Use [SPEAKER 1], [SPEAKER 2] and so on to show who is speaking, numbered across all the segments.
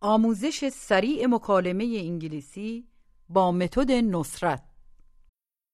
[SPEAKER 1] آموزش سریع مکالمه انگلیسی با متد نصرت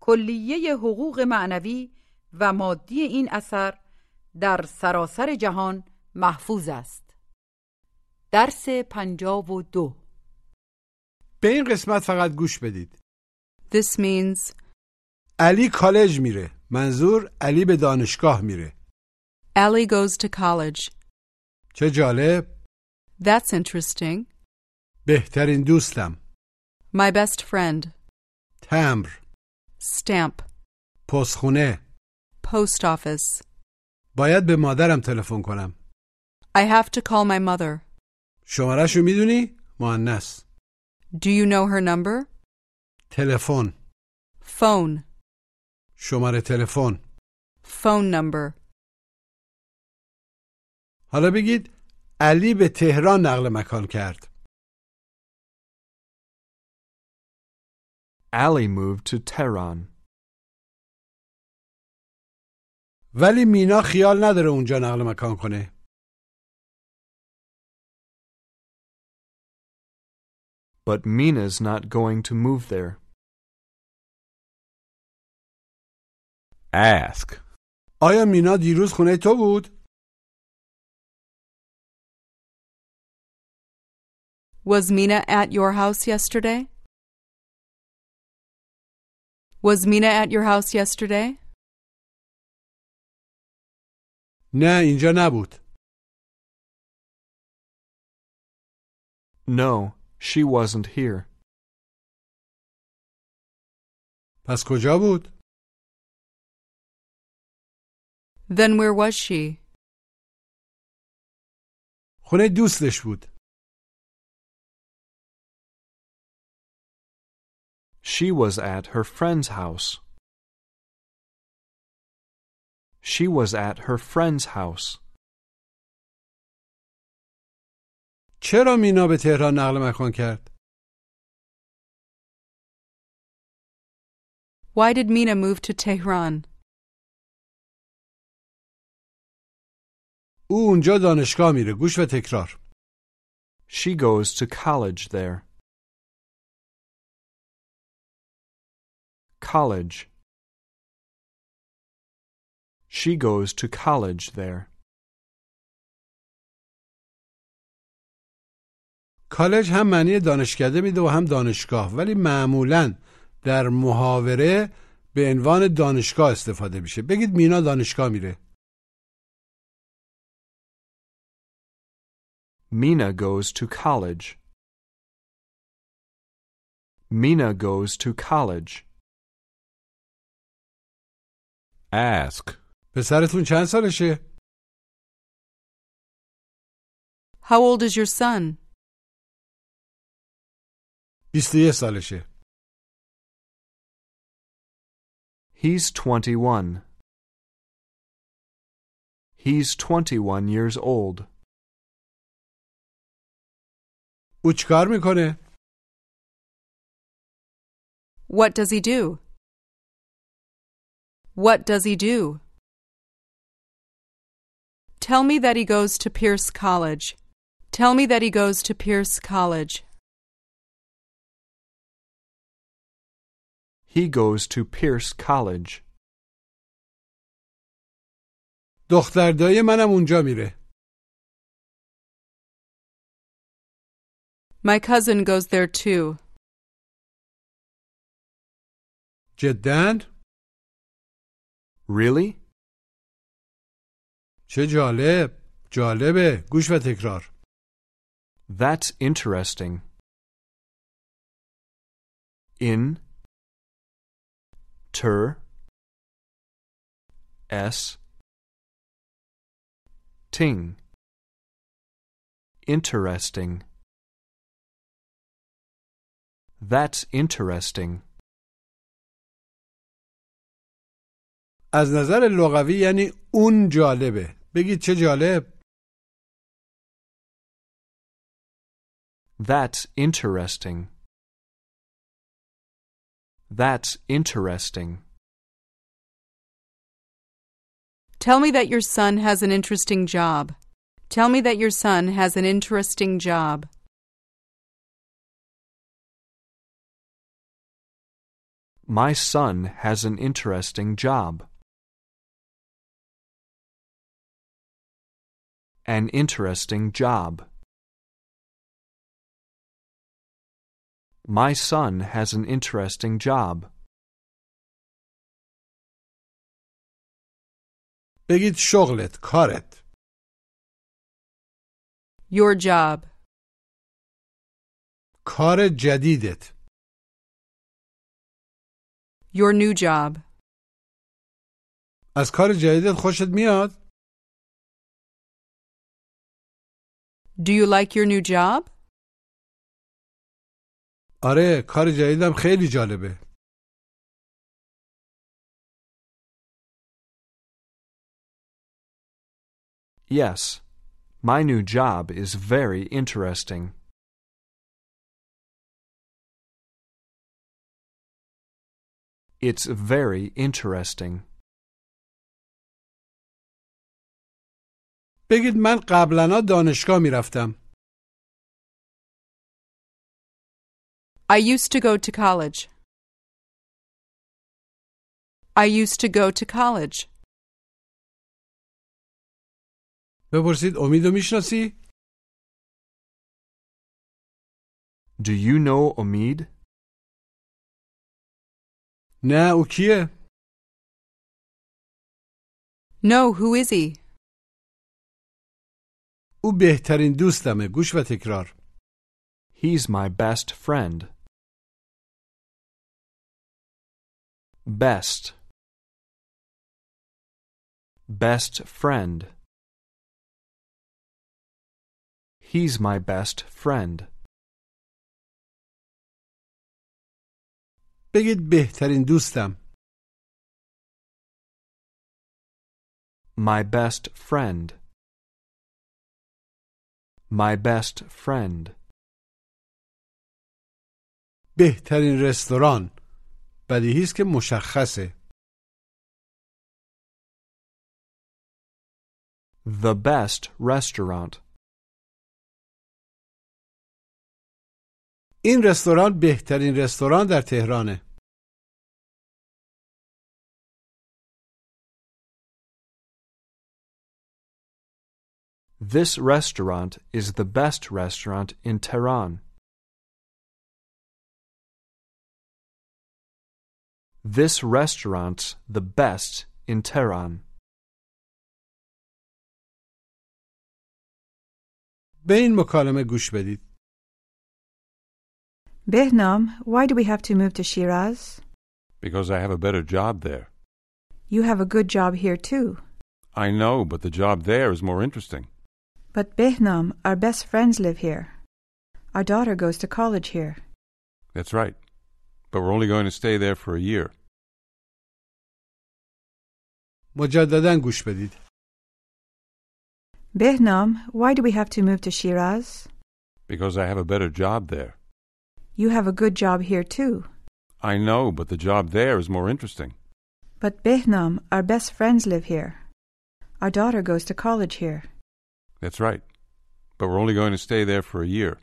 [SPEAKER 1] کلیه حقوق معنوی و مادی این اثر در سراسر جهان محفوظ است درس پنجاب و دو
[SPEAKER 2] به این قسمت فقط گوش بدید
[SPEAKER 3] This means
[SPEAKER 2] علی کالج میره منظور علی به دانشگاه میره
[SPEAKER 3] Allie goes to college.
[SPEAKER 2] چه جالب
[SPEAKER 3] That's interesting.
[SPEAKER 2] بهترین دوستم
[SPEAKER 3] My best friend.
[SPEAKER 2] تمر
[SPEAKER 3] Stamp.
[SPEAKER 2] پسخونه
[SPEAKER 3] Post office.
[SPEAKER 2] باید به مادرم تلفن کنم
[SPEAKER 3] I have to call my mother.
[SPEAKER 2] شمارهشو میدونی مؤنث
[SPEAKER 3] Do you know her number?
[SPEAKER 2] تلفن
[SPEAKER 3] Phone.
[SPEAKER 2] شماره تلفن
[SPEAKER 3] Phone number.
[SPEAKER 2] حالا بگید علی به تهران نقل مکان کرد
[SPEAKER 4] Ali moved to Tehran.
[SPEAKER 2] ولی مینا خیال نداره اونجا نقل مکان کنه
[SPEAKER 4] But Mina's not going to move there.
[SPEAKER 5] Ask.
[SPEAKER 2] آیا مینا دیروز خونه تو بود
[SPEAKER 3] Was Mina at your house yesterday? Was Mina at your house yesterday?
[SPEAKER 2] نه اینجا نبود
[SPEAKER 4] No, she wasn't here.
[SPEAKER 2] پس کجا بود
[SPEAKER 3] Then where was she?
[SPEAKER 2] خونه دوستش بود
[SPEAKER 4] She was at her friend's house. She was at her friend's house
[SPEAKER 2] چرا مینا به تهران نقل مکان کرد
[SPEAKER 3] Why did Mina move to Tehran?
[SPEAKER 2] او اونجا دانشگاه میره گوش و تکرار
[SPEAKER 4] She goes to college there. College. She goes to college there.
[SPEAKER 2] کالج هم معنی دانشکده میده و هم دانشگاه ولی معمولا در محاوره به عنوان دانشگاه استفاده میشه بگید مینا دانشگاه میره
[SPEAKER 4] Mina goes to college. Mina goes to college.
[SPEAKER 5] Ask.
[SPEAKER 2] پسرتون چند سالشه
[SPEAKER 3] How old is your son?
[SPEAKER 2] 21 سالشه
[SPEAKER 4] He's 21. He's 21 years old.
[SPEAKER 2] او چیکار میکنه
[SPEAKER 3] What does he do? What does he do? Tell me that he goes to Pierce College. Tell me that he goes to Pierce College.
[SPEAKER 4] He goes to Pierce College.
[SPEAKER 2] دختر دایی منم اونجا میره
[SPEAKER 3] My cousin goes there too.
[SPEAKER 2] جدا
[SPEAKER 4] Really?
[SPEAKER 2] چه جالب جالبه گوش و تکرار
[SPEAKER 4] That's interesting. In ter s ting Interesting. That's interesting.
[SPEAKER 2] از نظر لغوی یعنی اون جالبه بگید چه جالب
[SPEAKER 4] That's interesting. That's interesting.
[SPEAKER 6] Tell me that your son has an interesting job. Tell me that your son has an interesting job.
[SPEAKER 4] My son has an interesting job. An interesting job. My son has an interesting job.
[SPEAKER 2] بگید شغلت کارت
[SPEAKER 6] Your job.
[SPEAKER 2] کار جدیدت
[SPEAKER 6] Your new job.
[SPEAKER 2] از کار جدیدت خوشت میاد
[SPEAKER 6] Do you like your new job?
[SPEAKER 2] آره کار جدیدم خیلی جالبه
[SPEAKER 4] Yes. My new job is very interesting. It's very interesting.
[SPEAKER 2] بگید من قبلا دانشگاه میرفتم
[SPEAKER 6] I used to go to college. I used to go to college.
[SPEAKER 2] بپرسید امیدو میشناسی
[SPEAKER 4] Do you know Omid?
[SPEAKER 2] نه او کیه
[SPEAKER 6] No, who is he?
[SPEAKER 2] او بهترین دوستمه گوش و تکرار
[SPEAKER 4] He's my best friend. Best. Best friend. He's my best friend.
[SPEAKER 2] بگید بهترین دوستم
[SPEAKER 4] My best friend. My best friend.
[SPEAKER 2] بهترین رستوران بدیهی است که مشخصه
[SPEAKER 4] The best restaurant.
[SPEAKER 2] این رستوران بهترین رستوران در تهرانه
[SPEAKER 4] This restaurant is the best restaurant in Tehran. This restaurant's the best in Tehran.
[SPEAKER 2] به این مکالمه گوش بدید
[SPEAKER 7] Behnam, why do we have to move to Shiraz?
[SPEAKER 5] because I have a better job there.
[SPEAKER 7] You have a good job here too.
[SPEAKER 5] I know, but the job there is more interesting.
[SPEAKER 7] But Behnam, our best friends live here. Our daughter goes to college here.
[SPEAKER 5] That's right. But we're only going to stay there for a year.
[SPEAKER 2] مجددا گوش بدید
[SPEAKER 7] Behnam, why do we have to move to Shiraz?
[SPEAKER 5] Because I have a better job there.
[SPEAKER 7] You have a good job here too.
[SPEAKER 5] I know, but the job there is more interesting.
[SPEAKER 7] But Behnam, our best friends live here. Our daughter goes to college here.
[SPEAKER 5] That's right. But we're only going to stay there for a year.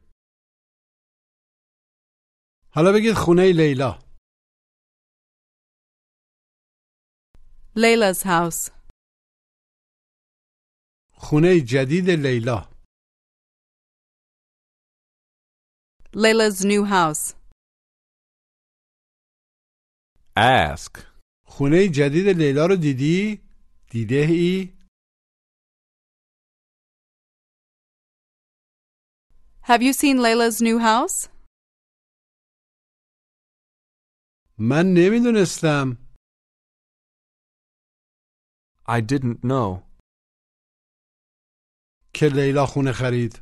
[SPEAKER 2] حالا بگید خونه لیلا
[SPEAKER 6] Layla's house.
[SPEAKER 2] خونه جدید لیلا
[SPEAKER 6] Layla's new house.
[SPEAKER 5] Ask.
[SPEAKER 2] خونه جدید لیلا رو دیدی؟ دیده ای؟
[SPEAKER 6] Have you seen Layla's new house?
[SPEAKER 2] من نمیدونستم
[SPEAKER 4] I didn't know
[SPEAKER 2] که لیلا خونه خرید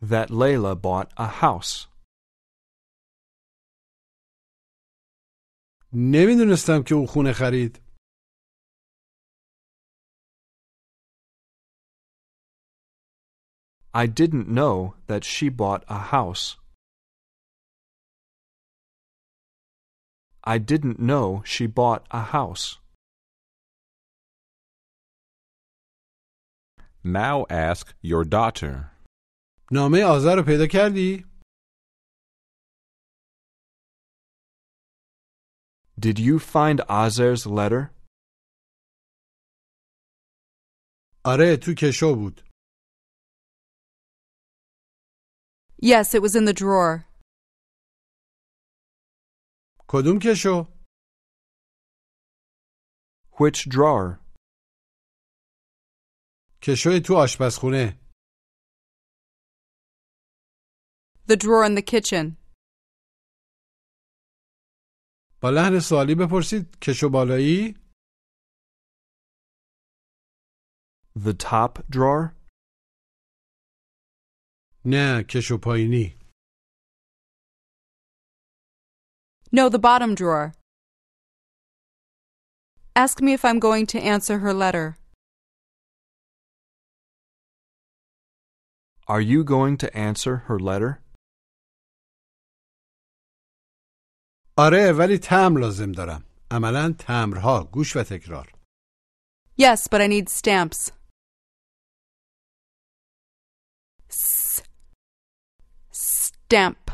[SPEAKER 4] That Layla bought a house.
[SPEAKER 2] نمیدونستم که او خونه خرید
[SPEAKER 4] I didn't know that she bought a house. I didn't know she bought a house.
[SPEAKER 5] Now ask your daughter.
[SPEAKER 2] نامه آذر رو پیدا کردی؟
[SPEAKER 4] Did you find Azer's letter?
[SPEAKER 2] آره تو کشو بود
[SPEAKER 3] Yes, it was in the drawer.
[SPEAKER 2] کدوم کشو؟
[SPEAKER 4] Which drawer?
[SPEAKER 2] کشو تو آشپزخونه
[SPEAKER 3] The drawer in the kitchen.
[SPEAKER 2] با لحن سوالی بپرسید کشو بالایی؟
[SPEAKER 4] The top drawer?
[SPEAKER 2] نه کشو پایینی
[SPEAKER 3] No, the bottom drawer. Ask me if I'm going to answer her letter.
[SPEAKER 4] Are you going to answer her letter?
[SPEAKER 2] آره ولی تمر لازم دارم عملا تمرها گوش و تکرار
[SPEAKER 3] Yes, but I need stamps. S- stamp.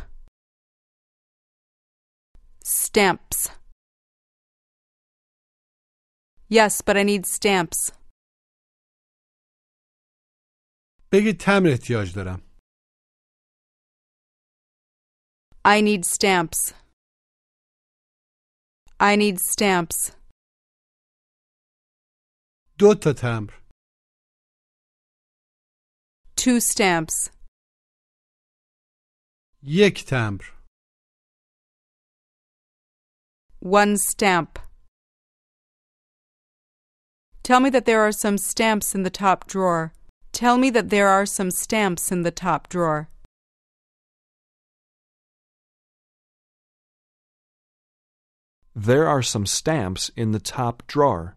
[SPEAKER 3] Stamps. Yes, but I need stamps.
[SPEAKER 2] بگید تمر احتیاج دارم
[SPEAKER 3] I need stamps. I need stamps.
[SPEAKER 2] دو تا تمر
[SPEAKER 3] Two stamps.
[SPEAKER 2] یک تمر
[SPEAKER 3] One stamp. Tell me that there are some stamps in the top drawer. Tell me that there are some stamps in the top drawer.
[SPEAKER 4] There are some stamps in the top drawer.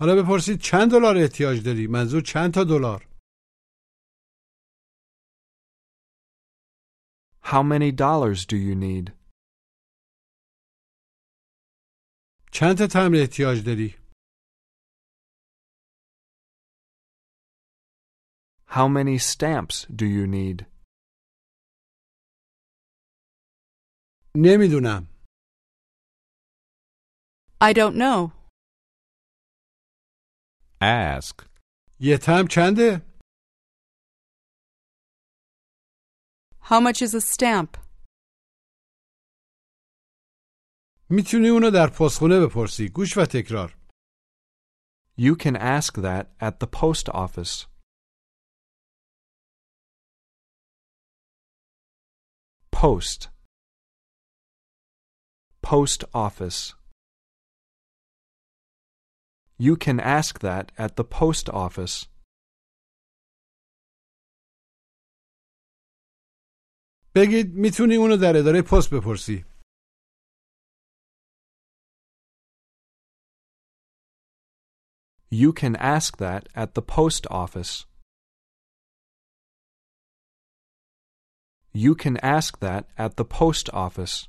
[SPEAKER 2] حالا بپرسید چند دلار احتیاج داری منظور چند تا دلار
[SPEAKER 4] How many dollars do you need?
[SPEAKER 2] چند تا تمر احتیاج داری
[SPEAKER 4] How many stamps do you need?
[SPEAKER 2] نمیدونم
[SPEAKER 3] I don't know.
[SPEAKER 5] Ask.
[SPEAKER 2] یه تمر چنده
[SPEAKER 3] How much is a stamp?
[SPEAKER 2] میتونی اونو در پستخونه بپرسی گوش و تکرار
[SPEAKER 4] You can ask that at the post office. Post. Post office. You can ask that at the post office.
[SPEAKER 2] بگید میتونی اونو در اداره پست بپرسی
[SPEAKER 4] You can ask that at the post office. You can ask that at the post office.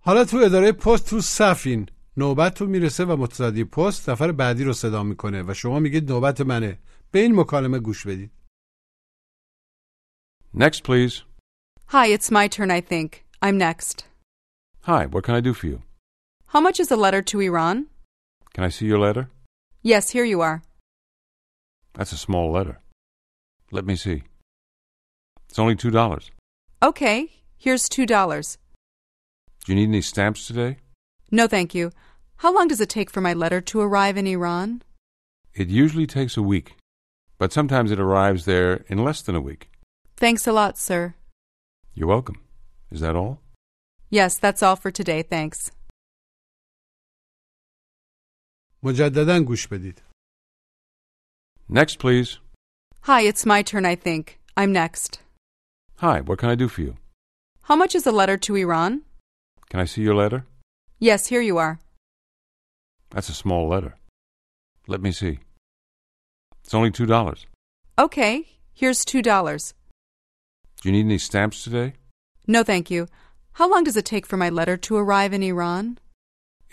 [SPEAKER 2] حالا تو اداره پست تو صفین نوبت تو میرسه و متصدی پست نفر بعدی رو صدا میکنه و شما میگید نوبت منه به این مکالمه گوش بدید
[SPEAKER 5] Next, please.
[SPEAKER 3] Hi, it's my turn, I think. I'm next.
[SPEAKER 5] Hi, what can I do for you?
[SPEAKER 3] How much is a letter to Iran?
[SPEAKER 5] Can I see your letter?
[SPEAKER 3] Yes, here you are.
[SPEAKER 5] That's a small letter. Let me see. It's only two dollars.
[SPEAKER 3] Okay, here's two dollars.
[SPEAKER 5] Do you need any stamps today?
[SPEAKER 3] No, thank you. How long does it take for my letter to arrive in Iran?
[SPEAKER 5] It usually takes a week, but sometimes it arrives there in less than a week.
[SPEAKER 3] Thanks a lot, sir.
[SPEAKER 5] You're welcome. Is that all?
[SPEAKER 3] Yes, that's all for today, thanks.
[SPEAKER 2] مجددا گوش بدید
[SPEAKER 5] Next, please.
[SPEAKER 3] Hi, it's my turn, I think. I'm next.
[SPEAKER 5] Hi, what can I do for you?
[SPEAKER 3] How much is a letter to Iran?
[SPEAKER 5] Can I see your letter?
[SPEAKER 3] Yes, here you are.
[SPEAKER 5] That's a small letter. Let me see. It's only two dollars.
[SPEAKER 3] Okay, here's two dollars.
[SPEAKER 5] Do you need any stamps today?
[SPEAKER 3] No, thank you. How long does it take for my letter to arrive in Iran?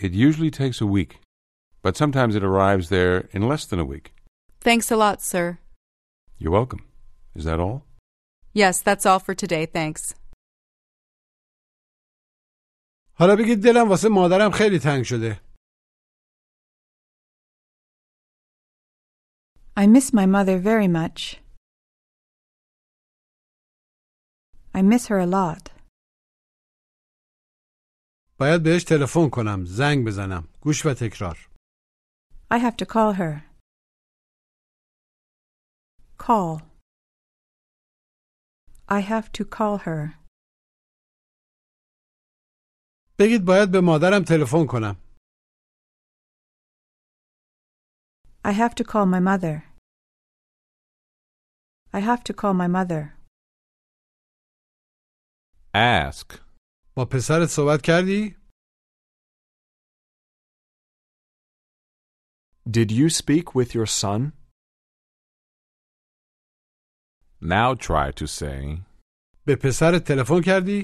[SPEAKER 5] It usually takes a week, but sometimes it arrives there in less than a week.
[SPEAKER 3] Thanks a lot, sir.
[SPEAKER 5] You're welcome. Is that all?
[SPEAKER 3] Yes, that's all for today, thanks.
[SPEAKER 2] حالا بگید دلم واسه مادرم خیلی تنگ شده
[SPEAKER 6] I miss my mother very much. I miss her a lot.
[SPEAKER 2] باید بهش تلفن کنم زنگ بزنم گوش و تکرار
[SPEAKER 6] I have to call her. Call. I have to call her.
[SPEAKER 2] بگید باید به مادرم تلفن کنم
[SPEAKER 6] I have to call my mother. I have to call my mother.
[SPEAKER 8] Ask.
[SPEAKER 2] با پسرت صحبت کردی
[SPEAKER 4] Did you speak with your son?
[SPEAKER 8] Now try to say,
[SPEAKER 2] به پسرت تلفن کردی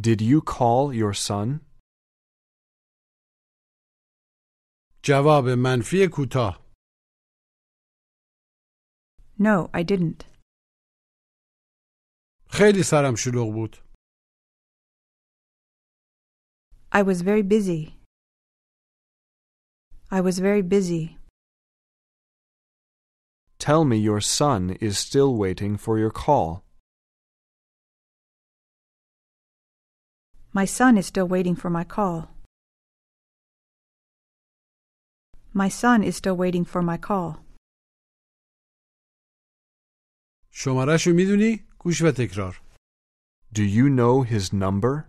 [SPEAKER 4] Did you call your son?
[SPEAKER 2] جواب منفی کوتاه
[SPEAKER 6] No, I didn't.
[SPEAKER 2] خیلی سرم شلوغ بود
[SPEAKER 6] I was very busy. I was very busy.
[SPEAKER 4] Tell me your son is still waiting for your call.
[SPEAKER 6] My son is still waiting for my call. My son is still waiting for my call.
[SPEAKER 2] شمارهشو میدونی گوش و تکرار
[SPEAKER 4] Do you know his number?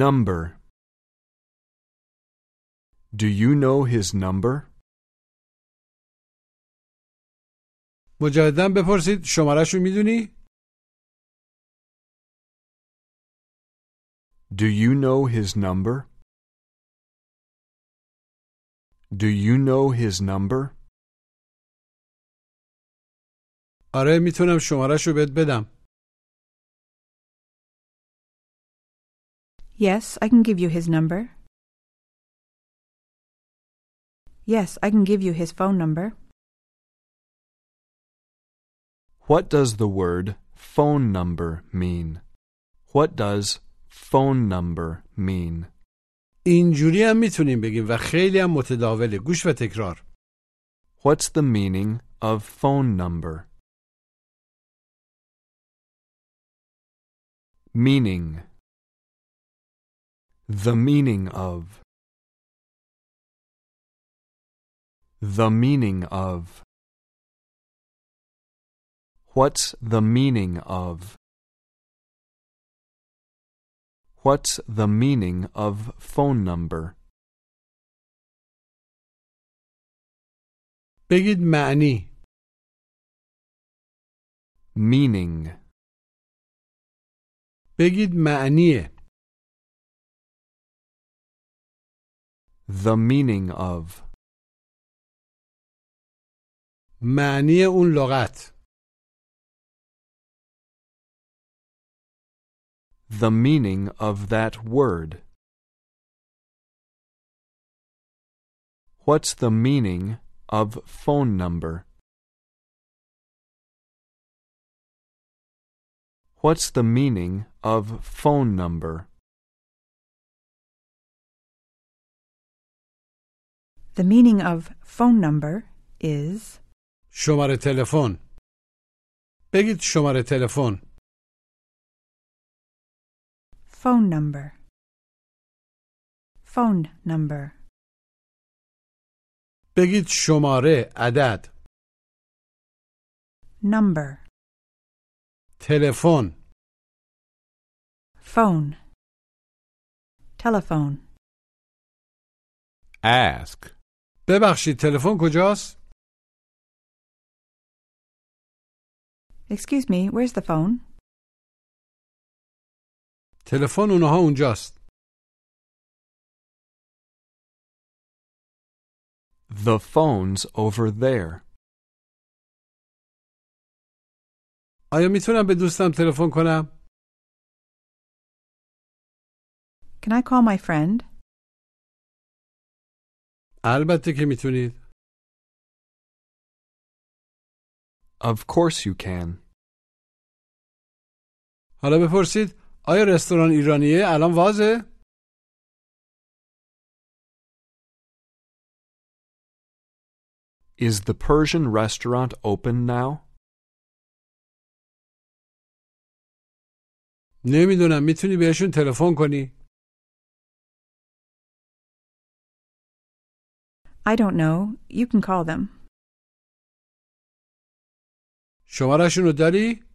[SPEAKER 4] Number. Do you know his number?
[SPEAKER 2] مجددا بپرسید شمارهشو میدونی
[SPEAKER 4] Do you know his number? Do you know his number?
[SPEAKER 2] آره میتونم شمارهشو بهت بدم
[SPEAKER 6] Yes, I can give you his number. Yes, I can give you his phone number.
[SPEAKER 4] What does the word phone number mean? What does phone number mean?
[SPEAKER 2] اینجوری هم میتونیم بگیم و خیلی هم متداوله گوش و تکرار
[SPEAKER 4] What's the meaning of phone number? Meaning. The meaning of. The meaning of. What's the meaning of? What's the meaning of phone number?
[SPEAKER 2] بگید معنی
[SPEAKER 4] meaning
[SPEAKER 2] بگید معنی
[SPEAKER 4] The meaning of.
[SPEAKER 2] معنی اون لغت
[SPEAKER 4] The meaning of that word. What's the meaning of phone number? What's the meaning of phone number?
[SPEAKER 6] The meaning of phone number is
[SPEAKER 2] شماره تلفن بگید شماره تلفن
[SPEAKER 6] phone number. Phone number.
[SPEAKER 2] بگید شماره عدد
[SPEAKER 6] Number.
[SPEAKER 2] تلفن
[SPEAKER 6] Phone. Telephone.
[SPEAKER 8] Ask.
[SPEAKER 2] ببخشید تلفن کجاست
[SPEAKER 6] Excuse me, where's the phone?
[SPEAKER 2] تلفن اونها اونجاست
[SPEAKER 4] The phone's over there.
[SPEAKER 2] آیا میتونم به دوستم تلفن کنم
[SPEAKER 6] Can I call my friend?
[SPEAKER 2] البته که میتونید
[SPEAKER 4] Of course you can.
[SPEAKER 2] حالا بپرسید آیا رستوران ایرانیه الان وازه
[SPEAKER 4] Is the Persian restaurant open now?
[SPEAKER 2] نمیدونم میتونی بهشون تلفن کنی
[SPEAKER 6] I don't know. You can call them.
[SPEAKER 2] شمارشون رو داری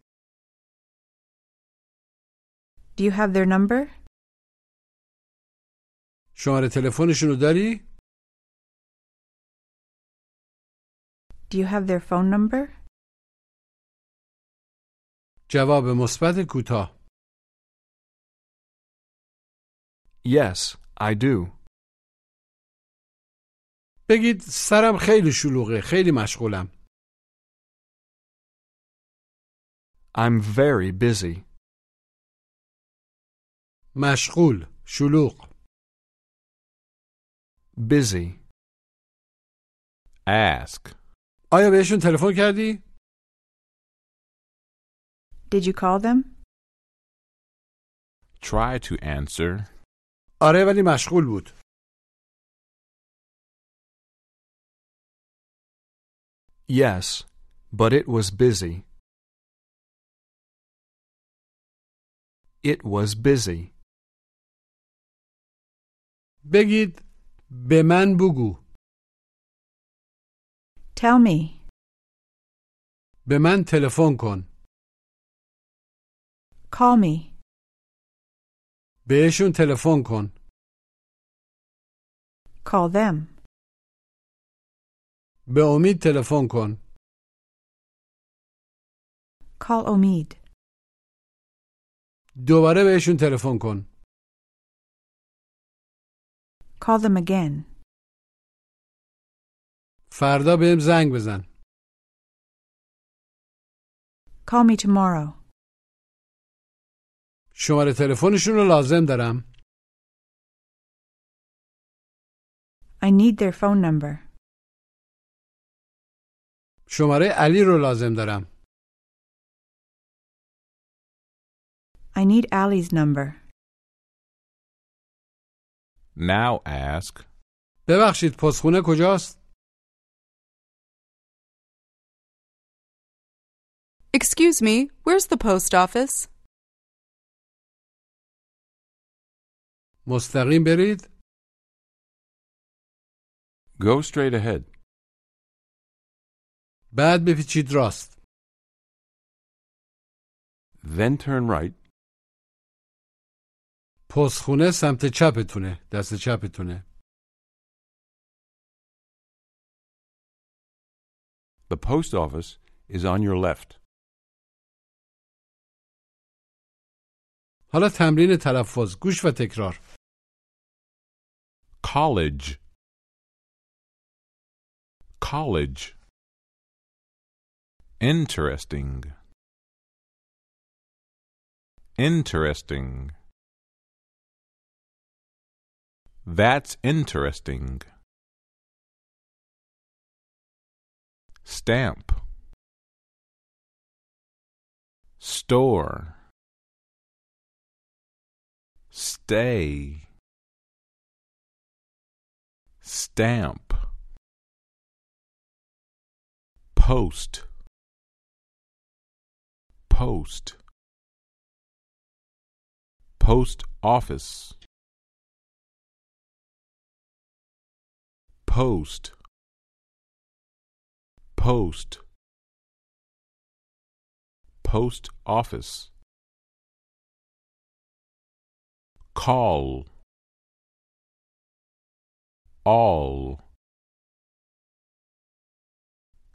[SPEAKER 6] Do you have their number?
[SPEAKER 2] شماره تلفنشون رو داری
[SPEAKER 6] Do you have their phone number?
[SPEAKER 2] جواب مثبت کوتاه
[SPEAKER 4] Yes, I do.
[SPEAKER 2] بگید سرم خیلی شلوغه خیلی مشغولم
[SPEAKER 4] I'm very busy.
[SPEAKER 2] مشغول شلوغ
[SPEAKER 4] Busy.
[SPEAKER 8] Ask.
[SPEAKER 2] آیا بهشون تلفن کردی
[SPEAKER 6] Did you call them?
[SPEAKER 8] Try to answer.
[SPEAKER 2] آره ولی مشغول بود
[SPEAKER 4] Yes, but it was busy. It was busy.
[SPEAKER 2] بگید به من بگو
[SPEAKER 6] Tell me.
[SPEAKER 2] به من تلفن کن
[SPEAKER 6] Call me.
[SPEAKER 2] بهشون تلفن کن
[SPEAKER 6] Call them.
[SPEAKER 2] به امید تلفن کن
[SPEAKER 6] Call Omid.
[SPEAKER 2] دوباره بهشون تلفن کن
[SPEAKER 6] Call them again.
[SPEAKER 2] فردا بهم زنگ بزن
[SPEAKER 6] Call me tomorrow.
[SPEAKER 2] شماره تلفنشون رو لازم دارم
[SPEAKER 6] I need their phone number.
[SPEAKER 2] شماره علی رو لازم دارم
[SPEAKER 6] I need Allie's number.
[SPEAKER 8] Now ask.
[SPEAKER 2] ببخشید پستخونه کجاست
[SPEAKER 3] Excuse me, where's the post office?
[SPEAKER 2] مستقیم برید
[SPEAKER 5] Go straight ahead.
[SPEAKER 2] بعد بپیچید راست
[SPEAKER 5] Then turn right.
[SPEAKER 2] پستخونه سمت چپتونه دست چپتونه
[SPEAKER 5] The post office is on your left.
[SPEAKER 2] حالا تمرین تلفظ گوش و تکرار
[SPEAKER 4] college, college, interesting, interesting. That's interesting. Stamp. Store. Stay. Stamp. Post. Post. Post office. Post. Post. Post office. Call. All.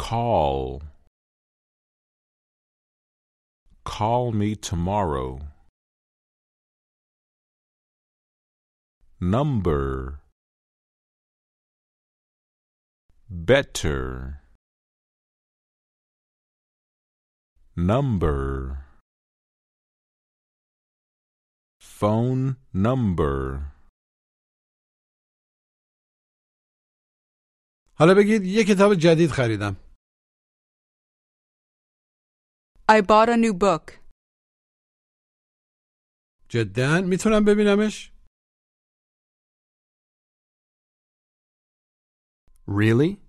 [SPEAKER 4] Call. Call me tomorrow. Number. Better. Number. Phone number.
[SPEAKER 2] حالا بگید یه کتاب جدید خریدم
[SPEAKER 6] I bought a new book.
[SPEAKER 2] جدا میتونم ببینمش
[SPEAKER 8] Really?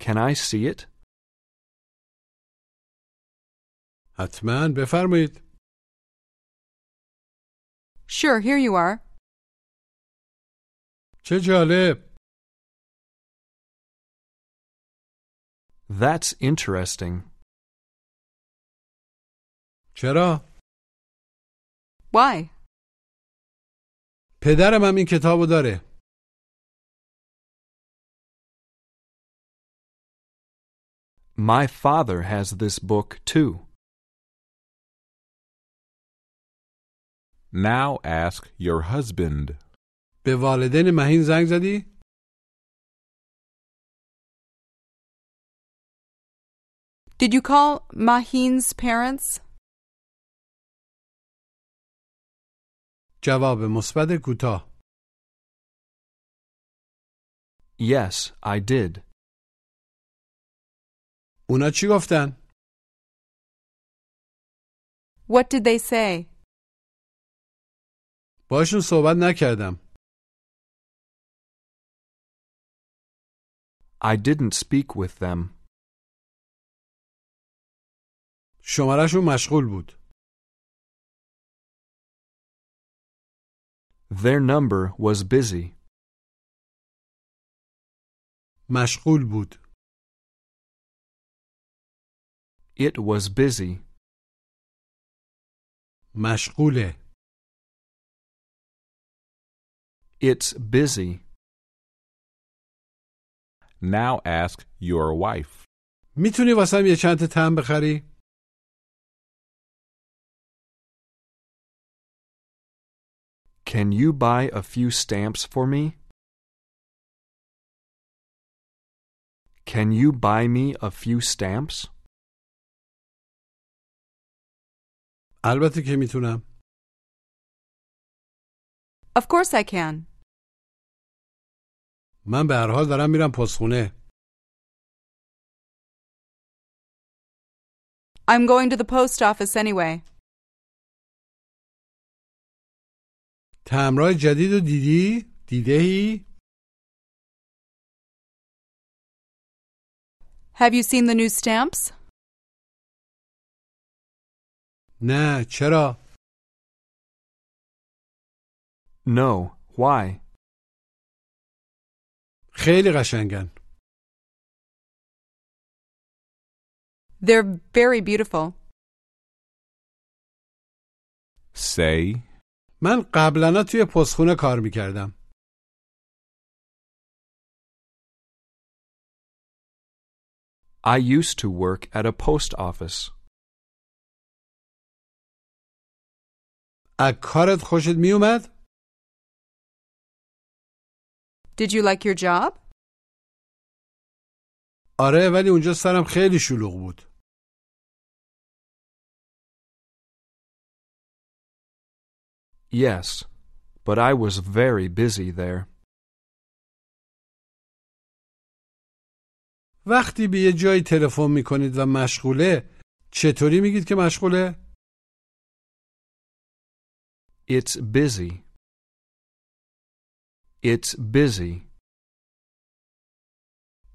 [SPEAKER 8] Can I see it?
[SPEAKER 2] حتما بفرمایید
[SPEAKER 6] Sure, here you are.
[SPEAKER 2] چه جالب
[SPEAKER 8] That's interesting.
[SPEAKER 2] چرا
[SPEAKER 6] Why?
[SPEAKER 2] پدرم هم این کتابو داره
[SPEAKER 8] My father has this book too.
[SPEAKER 4] Now ask your husband.
[SPEAKER 2] به والدین مهین زنگ زدی
[SPEAKER 6] Did you call Mahin's parents?
[SPEAKER 2] جواب مثبت کوتاه
[SPEAKER 8] Yes, I did.
[SPEAKER 2] اونا چی گفتن
[SPEAKER 6] What did they say?
[SPEAKER 2] باشون صحبت نکردم
[SPEAKER 8] I didn't speak with them.
[SPEAKER 2] شمارهشون مشغول بود
[SPEAKER 8] Their number was busy.
[SPEAKER 2] مشغول بود
[SPEAKER 8] It was busy.
[SPEAKER 2] مشغوله
[SPEAKER 8] It's busy.
[SPEAKER 4] Now ask your wife.
[SPEAKER 2] میتونی واسم یه چند تا تم بخری
[SPEAKER 8] Can you buy a few stamps for me? Can you buy me a few stamps?
[SPEAKER 2] البته که میتونم
[SPEAKER 6] Of course I can.
[SPEAKER 2] من به هر حال دارم میرم پستخونه
[SPEAKER 6] I'm going to the post office anyway.
[SPEAKER 2] تمرای جدید رو دیدی دیدهی
[SPEAKER 6] Have you seen the new stamps?
[SPEAKER 2] نه چرا
[SPEAKER 8] No, why?
[SPEAKER 2] خیلی قشنگن
[SPEAKER 6] They're very beautiful.
[SPEAKER 4] Say,
[SPEAKER 2] من قبلا توی پستخونه کار میکردم
[SPEAKER 8] I used to work at a post office.
[SPEAKER 2] از کارت خوشت میومد؟
[SPEAKER 3] Did you like your job?
[SPEAKER 2] آره ولی اونجا سرم خیلی شلوغ بود.
[SPEAKER 4] Yes, but I was very busy there.
[SPEAKER 2] وقتی به یه جایی تلفن میکنید و مشغوله چطوری میگید که مشغوله؟
[SPEAKER 4] It's busy. It's busy.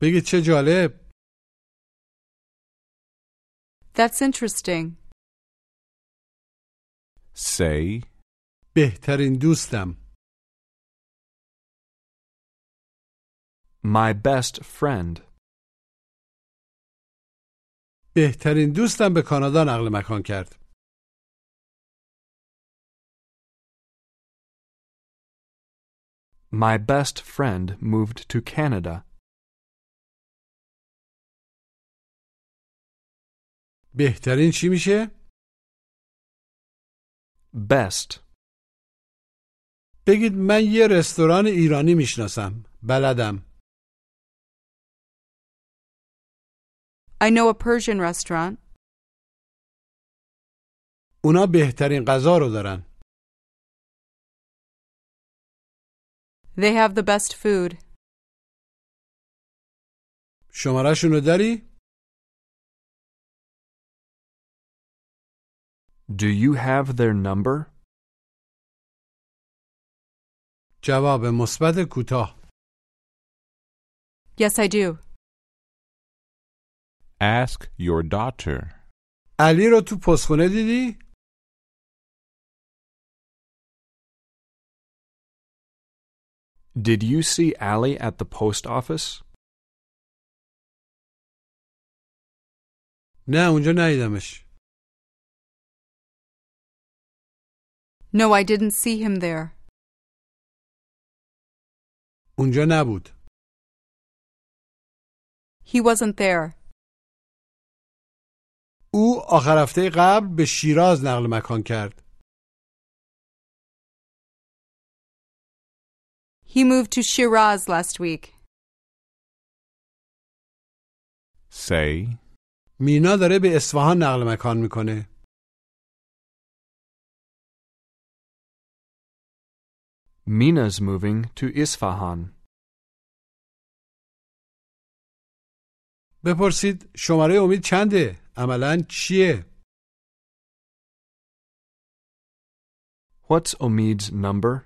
[SPEAKER 2] بگید چه جالب
[SPEAKER 3] That's interesting.
[SPEAKER 8] Say,
[SPEAKER 2] بهترین دوستم
[SPEAKER 4] My best friend.
[SPEAKER 2] بهترین دوستم به کانادا نقل مکان کرد.
[SPEAKER 4] My best friend moved to Canada.
[SPEAKER 2] بهترین چی میشه؟
[SPEAKER 4] Best.
[SPEAKER 2] بگید من یه رستوران ایرانی میشناسم. بلدم.
[SPEAKER 3] I know a Persian restaurant.
[SPEAKER 2] اونا بهترین غذا رو دارن.
[SPEAKER 3] They have the best food.
[SPEAKER 2] شمارهشون رو داری؟
[SPEAKER 4] Do you have their number?
[SPEAKER 2] جواب مثبت کوتاه.
[SPEAKER 3] Yes, I do.
[SPEAKER 8] ask your daughter.
[SPEAKER 2] علی رو تو پستخونه دیدی؟
[SPEAKER 4] Did you see Allie at the post office?
[SPEAKER 2] نه اونجا ندیدمش.
[SPEAKER 3] No, I didn't see him there.
[SPEAKER 2] اونجا نبود.
[SPEAKER 3] He wasn't there.
[SPEAKER 2] او آخر هفته قبل به شیراز نقل مکان کرد.
[SPEAKER 3] He moved to Shiraz last week.
[SPEAKER 8] Say,
[SPEAKER 2] مینا داره به اصفهان نقل مکان میکنه.
[SPEAKER 4] Mina's moving to Isfahan.
[SPEAKER 2] بپرسید شماره امید چنده؟ عملا چیه؟
[SPEAKER 4] What's Omid's number?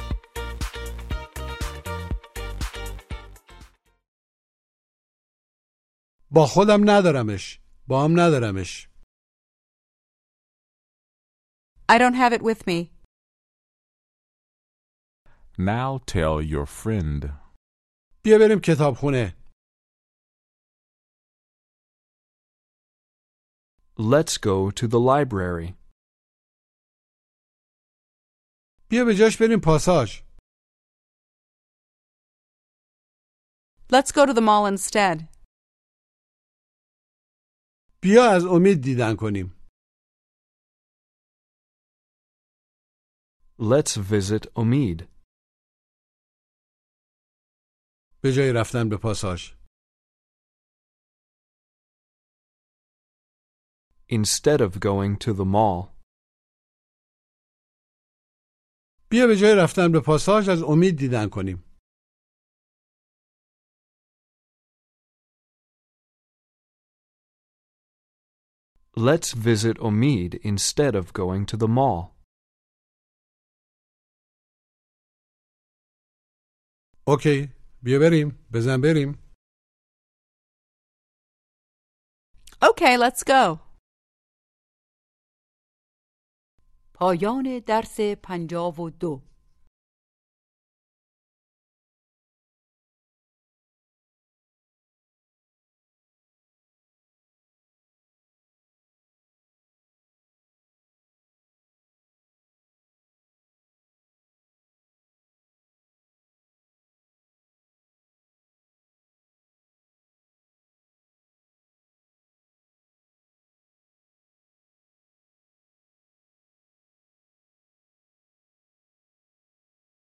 [SPEAKER 2] با خودم ندارمش با هم ندارمش
[SPEAKER 3] I don't have it with me.
[SPEAKER 8] now tell your friend.
[SPEAKER 2] بیا بریم کتابخونه
[SPEAKER 4] Let's go to the library.
[SPEAKER 2] بیا به جاش بریم پاساژ
[SPEAKER 3] Let's go to the mall instead.
[SPEAKER 2] بیا از امید دیدن کنیم
[SPEAKER 4] Let's visit Omid.
[SPEAKER 2] به جای رفتن به پاساژ
[SPEAKER 4] Instead of going to the mall,
[SPEAKER 2] بیا به جای رفتن به پاساژ از امید دیدن کنیم
[SPEAKER 4] let's visit Omid instead of going to the mall.
[SPEAKER 2] اوکی بیا بریم بزن بریم
[SPEAKER 3] Okay, let's go.
[SPEAKER 1] پایان درس پنجاه و دو